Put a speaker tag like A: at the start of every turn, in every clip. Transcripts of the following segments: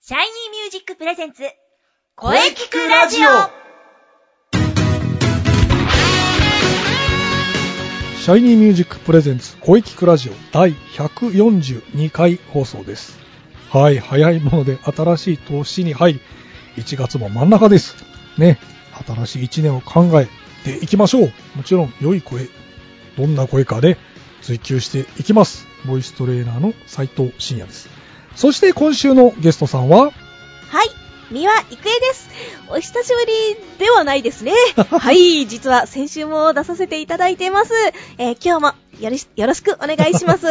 A: シャイニーミュージックプレゼンツ、
B: 声聞くラジオ
C: シャイニーミュージックプレゼンツ声聞くラジオ第142回放送です。はい、早いもので新しい年に入り、1月も真ん中です。ね、新しい1年を考えていきましょう。もちろん良い声、どんな声かで追求していきます。ボイストレーナーの斉藤慎也です。そして今週のゲストさんは、
D: はい、三輪郁恵です。お久しぶりではない ですね。はい、実は先週も出させていただいています。えー今日もよろしよろしくお願いし ます。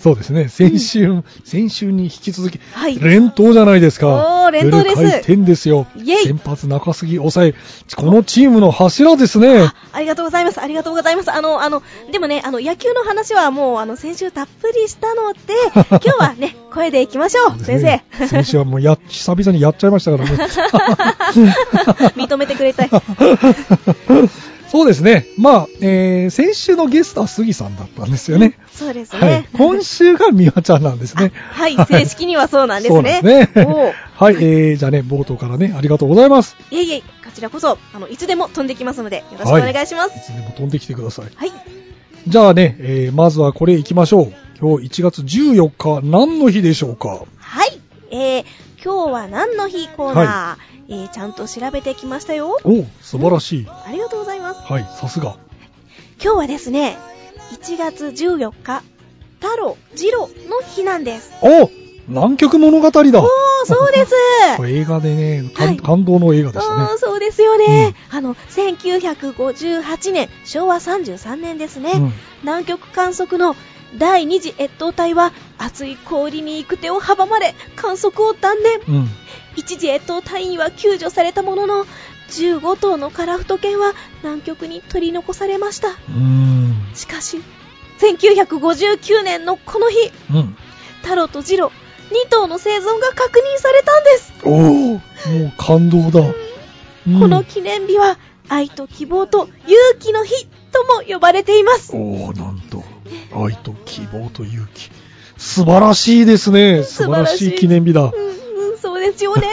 C: そうですね、先週、先週に引き続き、
D: はい。
C: 連投じゃないですか。
D: おー連投です
C: フル回転ですよ。
D: イェイ
C: 先発中継ぎ抑え、このチームの柱ですね。
D: ありがとうございます。ありがとうございます。あの、あの、でもね、あの、野球の話はもう、あの、先週たっぷりした ので、今日はね、声でいきましょう、先生。
C: 先週はもうや、久々にやっちゃいましたから ね。
D: 認めてくれ たい。
C: そうですね。まあ、えー、先週のゲストは杉さんだったんですよね。
D: そうです
C: は
D: ね
C: い。。今週が美和ちゃんなんですね。
D: はい、正式にはそうなんです
C: そう
D: ね。
C: ですね
D: おう。
C: はい、えー、じゃあね、冒頭からね、ありがとうございます。
D: いえいえ、こちらこそ、あの、いつでも飛んできますので、よろしくお願いしま
C: い
D: す。
C: つでも飛んできてください。
D: はい
C: じゃあね、えー、まずはこれ行きましょう。今日1月14日、何の日でしょうか
D: はい。えー、今日は何の日コーナー、えー、ちゃんと調べてきましたよ。
C: お素晴らしい。
D: ありがとうございます。
C: はい、さすが。
D: 今日はですね、1月14日、太郎、次郎の日なんです。
C: お南極物語だ
D: おー、そうです。
C: これ映画でね、感
D: はい
C: 感動の映画でしたね
D: おー、。そうですよね。あの、1958年、昭和33年ですね。
C: うん
D: 南極観測の第2次越冬隊は、厚い氷に行く手を阻まれ、観測を断念。
C: うん。
D: 一時越冬隊員は救助されたものの15頭のカラフト犬は南極に取り残されました
C: うん。
D: しかし1959年のこの日
C: うん。
D: タロとジロ2頭の生存が確認されたんです、
C: おおもう感動だ。うん
D: この記念日は愛と希望と勇気の日とも呼ばれています
C: おおなんと、愛と希望と勇気。素晴らしいですね。
D: 素
C: 素晴
D: 晴
C: ら
D: ら
C: し
D: しい
C: い記念日だ
D: う。ん、うん、そうですよね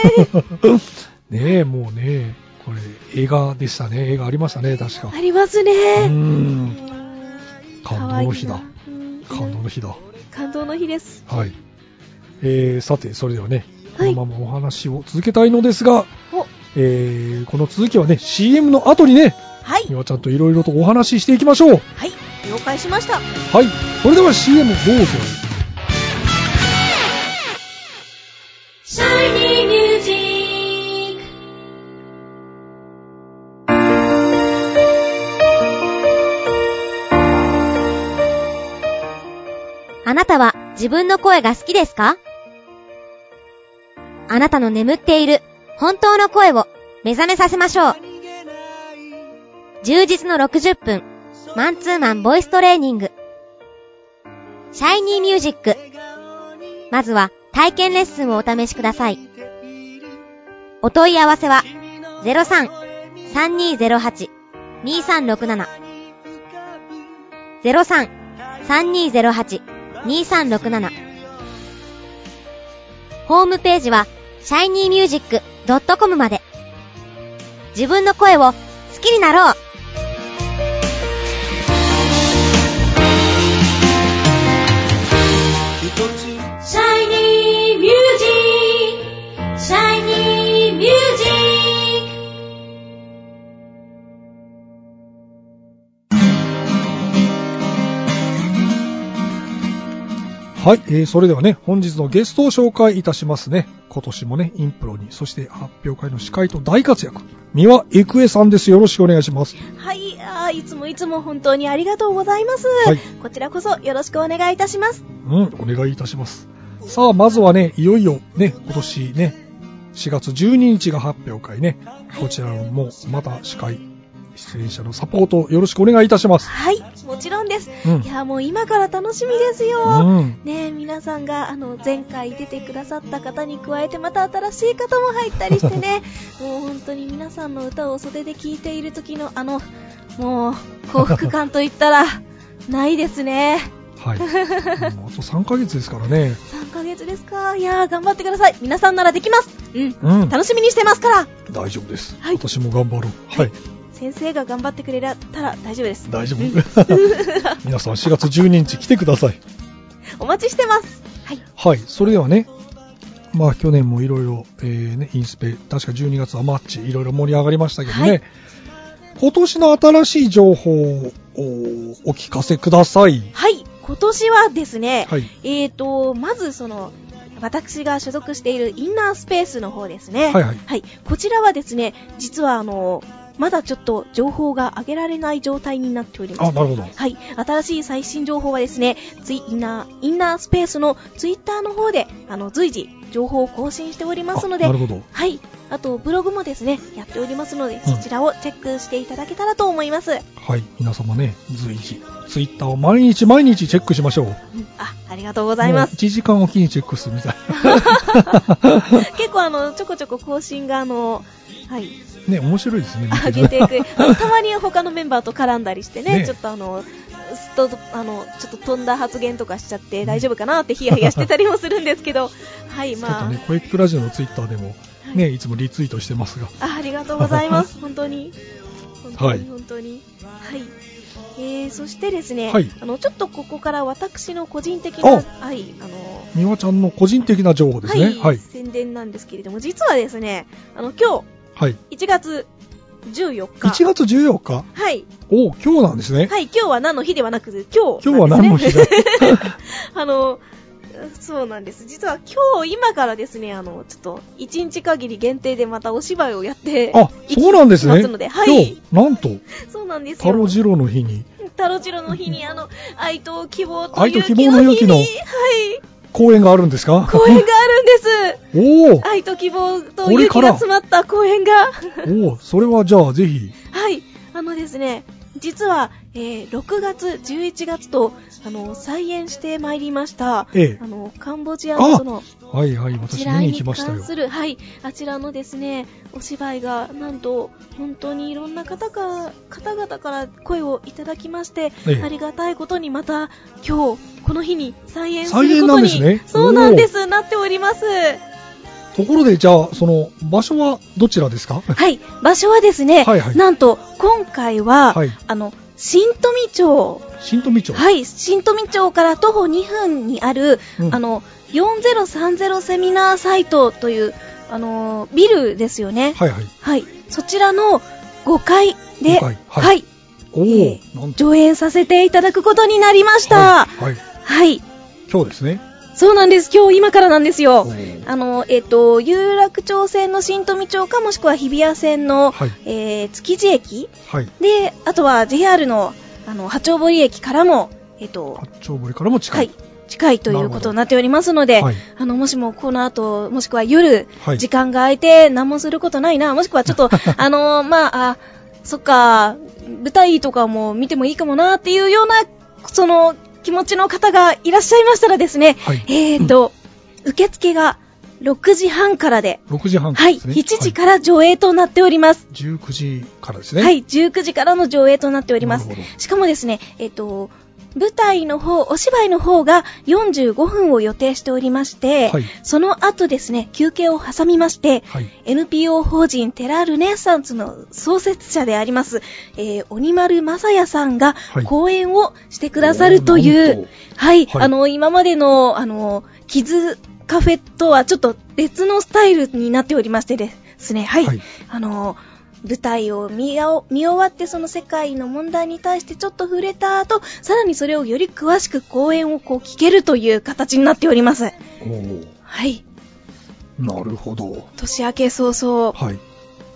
C: ねえ、もうね、これ映画でしたね。映画ありましたね、確か
D: あ。ります
C: う
D: ね
C: ん。感動の日だ
D: 可愛いなうん
C: 感動の日だ。
D: 感動の日です
C: はい。えー、さて、それではね、
D: は
C: この
D: い
C: ままお話を続けたいのですが、
D: お
C: えー、この続きはね、CM の後にね、
D: はい
C: みわちゃんといろいろとお話ししていきましょう。はい。
D: はい了解しました
C: それでは CM どうぞ。
A: あなたは自分の声が好きですかあなたの眠っている本当の声を目覚めさせましょう。充実の60分、マンツーマンボイストレーニング。シャイニーミュージック。まずは体験レッスンをお試しください。お問い合わせは03-3208-2367 03-3208-2367 3208-2367ホームページは shinymusic.com まで自分の声を好きになろう
B: シャイニーミュージックシャイニーミュージッ
C: はい、えー、それではね、本日のゲストを紹介いたしますね。今年もね、インプロに、そして発表会の司会と大活躍、三輪郁恵さんです。よろしくお願いします。
D: はい、あーいつもいつも本当にありがとうございます。
C: はい
D: こちらこそよろしくお願いいたします。
C: うん、お願いいたします。さあ、まずはね、いよいよね、今年ね、4月12日が発表会ね。こちらもまた司会、出演者のサポートよろしくお願いいたします。
D: はい、もちろんです。
C: うん
D: い。や、もう今から楽しみですよ。
C: うん。
D: ねえ、皆さんが、あの、前回出てくださった方に加えて、また新しい方も入ったりして ね、もう本当に皆さんの歌を袖で聴いている時の、あの、もう、幸福感といったら、ないですね。
C: はい、うんあと3ヶ月ですからね、
D: 3ヶ月ですか。いやー、頑張ってください。皆さんならできます。うん。
C: うん、
D: 楽しみにしてますから。
C: 大丈夫です、
D: はい
C: 私も頑張ろう、はい、
D: 先生が頑張ってくれたら大丈夫です。
C: 大丈夫、 皆さん、4月12日、来てください。
D: お待ちしてます。はい。
C: はい、それではね、まあ去年もいろいろ、えーね、インスペ、確か12月はマッチ、いろいろ盛り上がりましたけどね、
D: はい
C: 今年の新しい情報をお聞かせください。
D: はい。今年はですね、
C: はい、
D: えーと、まずその、私が所属しているインナースペースの方ですね。
C: はいはい
D: こちらはですね、実はあの、まだちょっと情報が上げられない状態になっております。
C: あ、なるほど。
D: はい、新しい最新情報はですね、ツイインナー、インナースペースのツイッターの方で、あの、随時、情報を更新しておりますので
C: あな、るほど。
D: はい、あと、ブログもですね、やっておりますので、
C: うん
D: そちらをチェックしていただけたらと思います。うん
C: はい、皆様ね、随時、ツイッターを毎日毎日チェックしましょう。ご
D: あ、ありがとうございます。
C: 1時間おきにチェックする みたい
D: 結構あの、ちょこちょこ更新があの、はい、
C: な。ね、面白いですね、見
D: 上げてい く。あのたまに他のメンバーと絡んだりしてね、
C: ね
D: ちょっとあの、すっと、あの、ちょっと飛んだ発言とかしちゃって大丈夫かなってヒヤヒヤしてたりもするんですけ ど、はい、
C: ちょっ
D: ま
C: と
D: あ、
C: ね、声聞くラジオのツイッターでも、ね、いつもリツイートしてますが、
D: あありがとうござい ます。本当に。本当
C: はい
D: に、本当に。はい。えー、そしてですね、
C: はい
D: あの、ちょっとここから私の個人的
C: お
D: な、はい、あの、
C: みわちゃんの個人的な情報ですね。
D: は、
C: はいい。
D: 宣伝なんですけれども、実はですね、あの、今
C: はい。
D: 日、1月14日。
C: 1月14日
D: はい。
C: お今日なんですね。
D: はい、今日は何の日ではなく、今日、
C: 今日は何の日だ
D: あの、そうなんです。実は今日、今からですね、あの、ちょっと、1日限り限定でまたお芝居をやって、
C: あ、そうなんです
D: 行
C: ね。
D: きますのではい
C: 今日、なんと、
D: そうなんです
C: 太
D: よ。
C: 郎次郎の日に、
D: タロチロの日に、あの、愛と希望と
C: 愛と
D: 勇気
C: 希
D: の日
C: 望の
D: に
C: 勇気の
D: はい、
C: 公演があるんですか
D: 公演があるんです。
C: おお
D: 愛と希望と
C: これ
D: 勇
C: か
D: 気
C: ら
D: が詰まった公演が。
C: おおそれはじゃあ、ぜひ、
D: はい、あのですね、実は、えー6月、11月と、あの、再演してまいりました、
C: ええ
D: あの、カンボジアのその、
C: はいはい、
D: こち
C: 私見
D: ら
C: に
D: に
C: 行きました
D: 関
C: よ。
D: する、はい、あちらのですね、お芝居が、なんと、本当にいろんな方から、方々から声をいただきまして、
C: ええ
D: ありがたいことにまた、今日、この日に再演す
C: 再
D: る
C: 演
D: こ
C: な
D: と
C: ん
D: に、
C: ですね
D: そうなんです、なっております。
C: ところで、じゃあ、その、場所はどちらですか
D: はい、場所はですね、
C: はいはい
D: なんと、今回は、
C: はい
D: あの、新富町、
C: 新富町。
D: はい、新富町から徒歩2分にある、
C: うん
D: あの、4030セミナーサイトという、あのービルですよね。
C: はいはい。
D: はい、そちらの5階で、
C: 5階
D: は、
C: はいいおお
D: え
C: なんと。
D: 上演させていただくことになりました。は
C: はいはい。
D: い、
C: 今日ですね。
D: そうなんです。今日今からなんですよ
C: お。ー
D: あの、えっ、と、有楽町線の新富町かもしくは日比谷線の、
C: はい
D: えー築地駅
C: はい。
D: で、あとは JR の、あの、八丁堀駅からも、えっ、と
C: 八、丁堀からも近
D: はいい。、近いということになっておりますので、
C: はい
D: あの、もしもこの後、もしくは夜、
C: はい
D: 時間が空いて何もすることないな、もしくはちょっと、 あのまあ、あ、そっか、舞台とかも見てもいいかもなっていうような、その、気持ちの方がいらっしゃいましたらですね、
C: はい
D: えーと、受付が6時半からで、
C: 6時半か
D: は
C: ら
D: い、
C: ですね。
D: 7時から上映となっております。
C: ら。19時からですね。
D: はい、19時からの上映となっております
C: なるほ。
D: しかもですね、えっ、と、舞台の方、お芝居の方が45分を予定しておりまして、
C: はい
D: その後ですね、休憩を挟みまして、
C: はい
D: NPO 法人テラルネッサンスの創設者であります、えー、鬼丸正也さんが
C: はい
D: 講演をしてくださるとい
C: おーなん
D: う
C: と、
D: はい、
C: はい
D: あの、今までの、あの、キズカフェとはちょっと別のスタイルになっておりましてですね、はい、
C: はい
D: あの、舞台を見やお見終わってその世界の問題に対してちょっと触れた後、さらにそれをより詳しく講演をこう聞けるという形になっております。
C: おー
D: はい。
C: なるほど。
D: 年明け早々、
C: はい。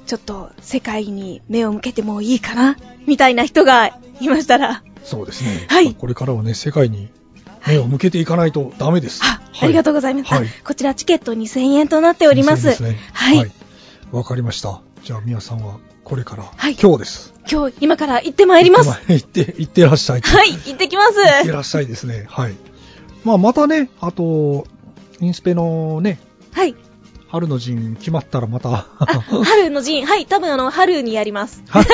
D: ちょっと世界に目を向けてもいいかなみたいな人がいましたら、
C: そうですね。
D: はい
C: まあこれからはね、世界に目を向けていかないとダメです。
D: あ、ありがとうございます。あ
C: はい。
D: こちらチケット2000円となっております。
C: そうですね
D: はい、
C: はい。わ、かりました。じゃあ、皆さんはこれから、
D: はい
C: 今日です。
D: 今日、今から行ってまいります。は
C: 行って、行ってらっしゃい。
D: い、行ってきます。
C: 行ってらっしゃいですね。はい。まあ、またね、あと、インスペのね、
D: はい。
C: 春の陣決まったら また、
D: あ、春の陣、はい、多分あの、春 にやります。
C: はい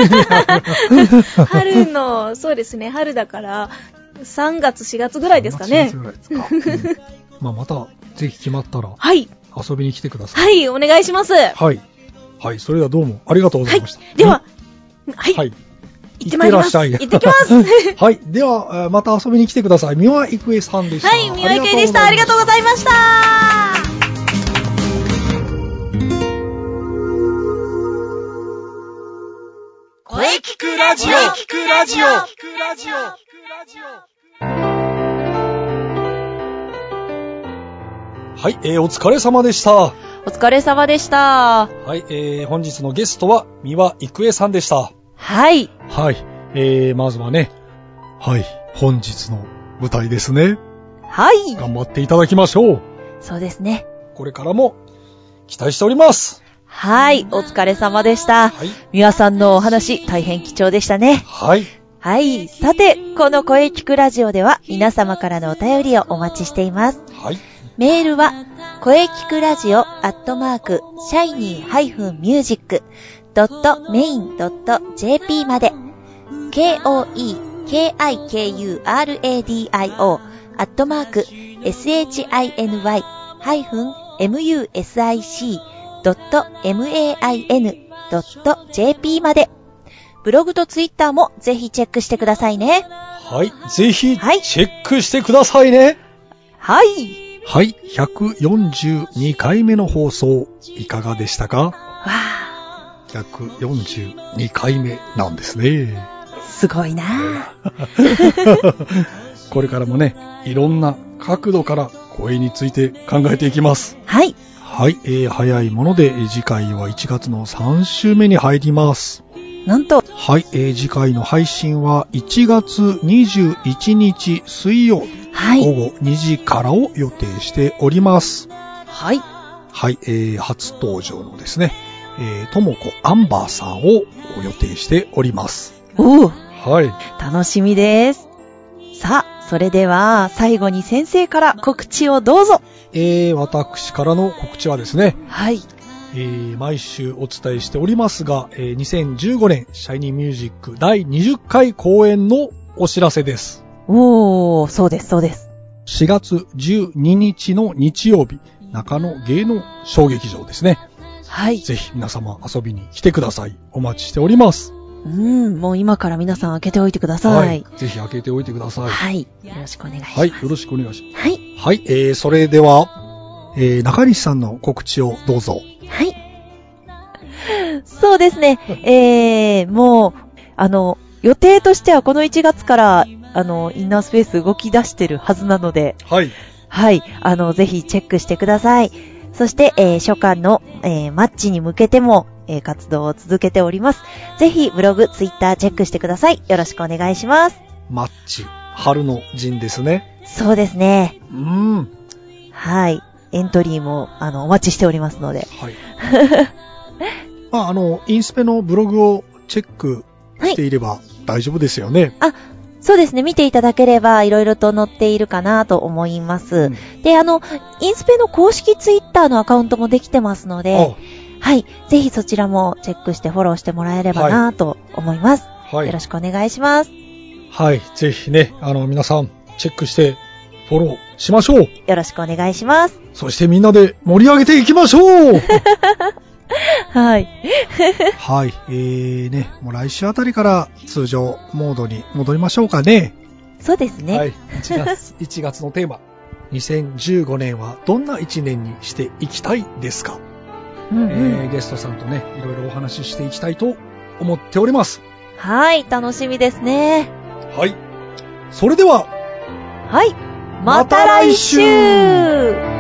D: 春の、そうですね、春だから、 3月、4月ぐらいですかね
C: 4。月ぐらいですか。うんまあまた、ぜひ決まったら
D: はい。
C: 遊びに来てくださ
D: は
C: い。
D: い、お願いします。は
C: はい。はい、それではどうもありがとうございました。
D: い。では、はい。
C: はい。
D: 行ってまいります。
C: い
D: 行ってきます。は
C: はい。では、えーまた遊びに来てください。三輪郁恵さんでした。
D: い、三輪池でした。ありがとうございました。
B: 声聞くラジオ聞くラジオ
C: はい、えーお疲れ様でした。は
E: お疲れ様でした。
C: い、えー本日のゲストは三輪郁恵さんでした。
E: はい。
C: はい、えーまずはね、はい、本日の舞台ですね。
E: はい。
C: 頑張っていただきましょう。
E: そうですね。
C: これからも期待しております。
E: はい。お疲れ様でした。
C: はい。
E: ミワさんのお話、大変貴重でしたね。
C: はい。
E: はい。さて、この声聞くラジオでは、皆様からのお便りをお待ちしています。
C: はい。
E: メールは、声聞くラジオアットマーク、シャイニー -music.main.jp まで、k-o-e-k-i-k-u-r-a-d-i-o アットマーク、shiny-music.main.jp まで、ブログとツイッターもぜひチェックしてくださいね。
C: はい。ぜひ、
E: はい
C: チェックしてくださいね。
E: はい。
C: はい。142回目の放送、いかがでしたか
E: わあ、
C: ?142 回目なんで すね。
E: すごいなあ。
C: これからもね、いろんな角度から声について考えていきます。
E: はい。
C: はい、えー早いもので、えー次回は1月の3週目に入ります。
E: なんと、
C: はい、えー次回の配信は1月21日水曜
E: は
C: 午
E: い。
C: 後2時からを予定しております。
E: はい。
C: はい、えー初登場のですね、えーともこアンバーさんを予定しております。
E: おう、
C: はい。
E: 楽しみです。さあ、それでは、最後に先生から告知をどうぞ。
C: えー私からの告知はですね、
E: はい。
C: えー毎週お伝えしておりますが、えー2015年シャイニーミュージック第20回公演のお知らせです。
E: おー、そうです、そうです。
C: 4月12日の日曜日、中野芸能小劇場ですね。
E: はい。
C: ぜひ皆様遊びに来てください。お待ちしております。
E: うん、もう今から皆さん開けておいてください。
C: ぜひ開けておいてください。
E: はい。よろしくお願いします。
C: はい、よろしくお願いしま
E: はい。
C: す。はい、えー、それでは、えー、中西さんの告知をどうぞ。
E: はい。そうですね。 えー、もう、あの、予定としてはこの1月から、あの、インナースペース動き出してるはずなので、
C: はい。
E: はい。あの、ぜひチェックしてください。そして、えー初夏の、えーマッチに向けても、えー活動を続けております。ぜひ、ブログ、ツイッターチェックしてください。よろしくお願いします。
C: マッチ、春の陣ですね。
E: そうですね。
C: うん。は
E: はい。エントリーも、あの、お待ちしておりますので。
C: い。まあ、あの、インスペのブログをチェックしていれば大丈夫ですよね。
E: そうですね。見ていただければ、いろいろと載っているかなと思います。
C: うん
E: で、あの、インスペの公式ツイッターのアカウントもできてますので、はい。ぜひそちらもチェックしてフォローしてもらえればなと思います。
C: あは
E: よろ
C: い。
E: しくお願いします。
C: はい。ぜひね、あの、皆さん、チェックして、フォローしましょう。
E: よろしくお願いします。
C: そしてみんなで盛り上げていきましょう
E: はい。
C: はい。えーね、もう来週あたりから通常モードに戻りましょうかね。
E: そうですね。
C: はい。1月、1月 のテーマ。2015年はどんな1年にしていきたいですか、
E: うんうん
C: えーゲストさんとね、いろいろお話ししていきたいと思っております。
E: はい。楽しみですね。
C: はい。それでは、
E: はい。
C: ま
E: ま
C: た
E: た
C: 来
E: 来
C: 週
E: 週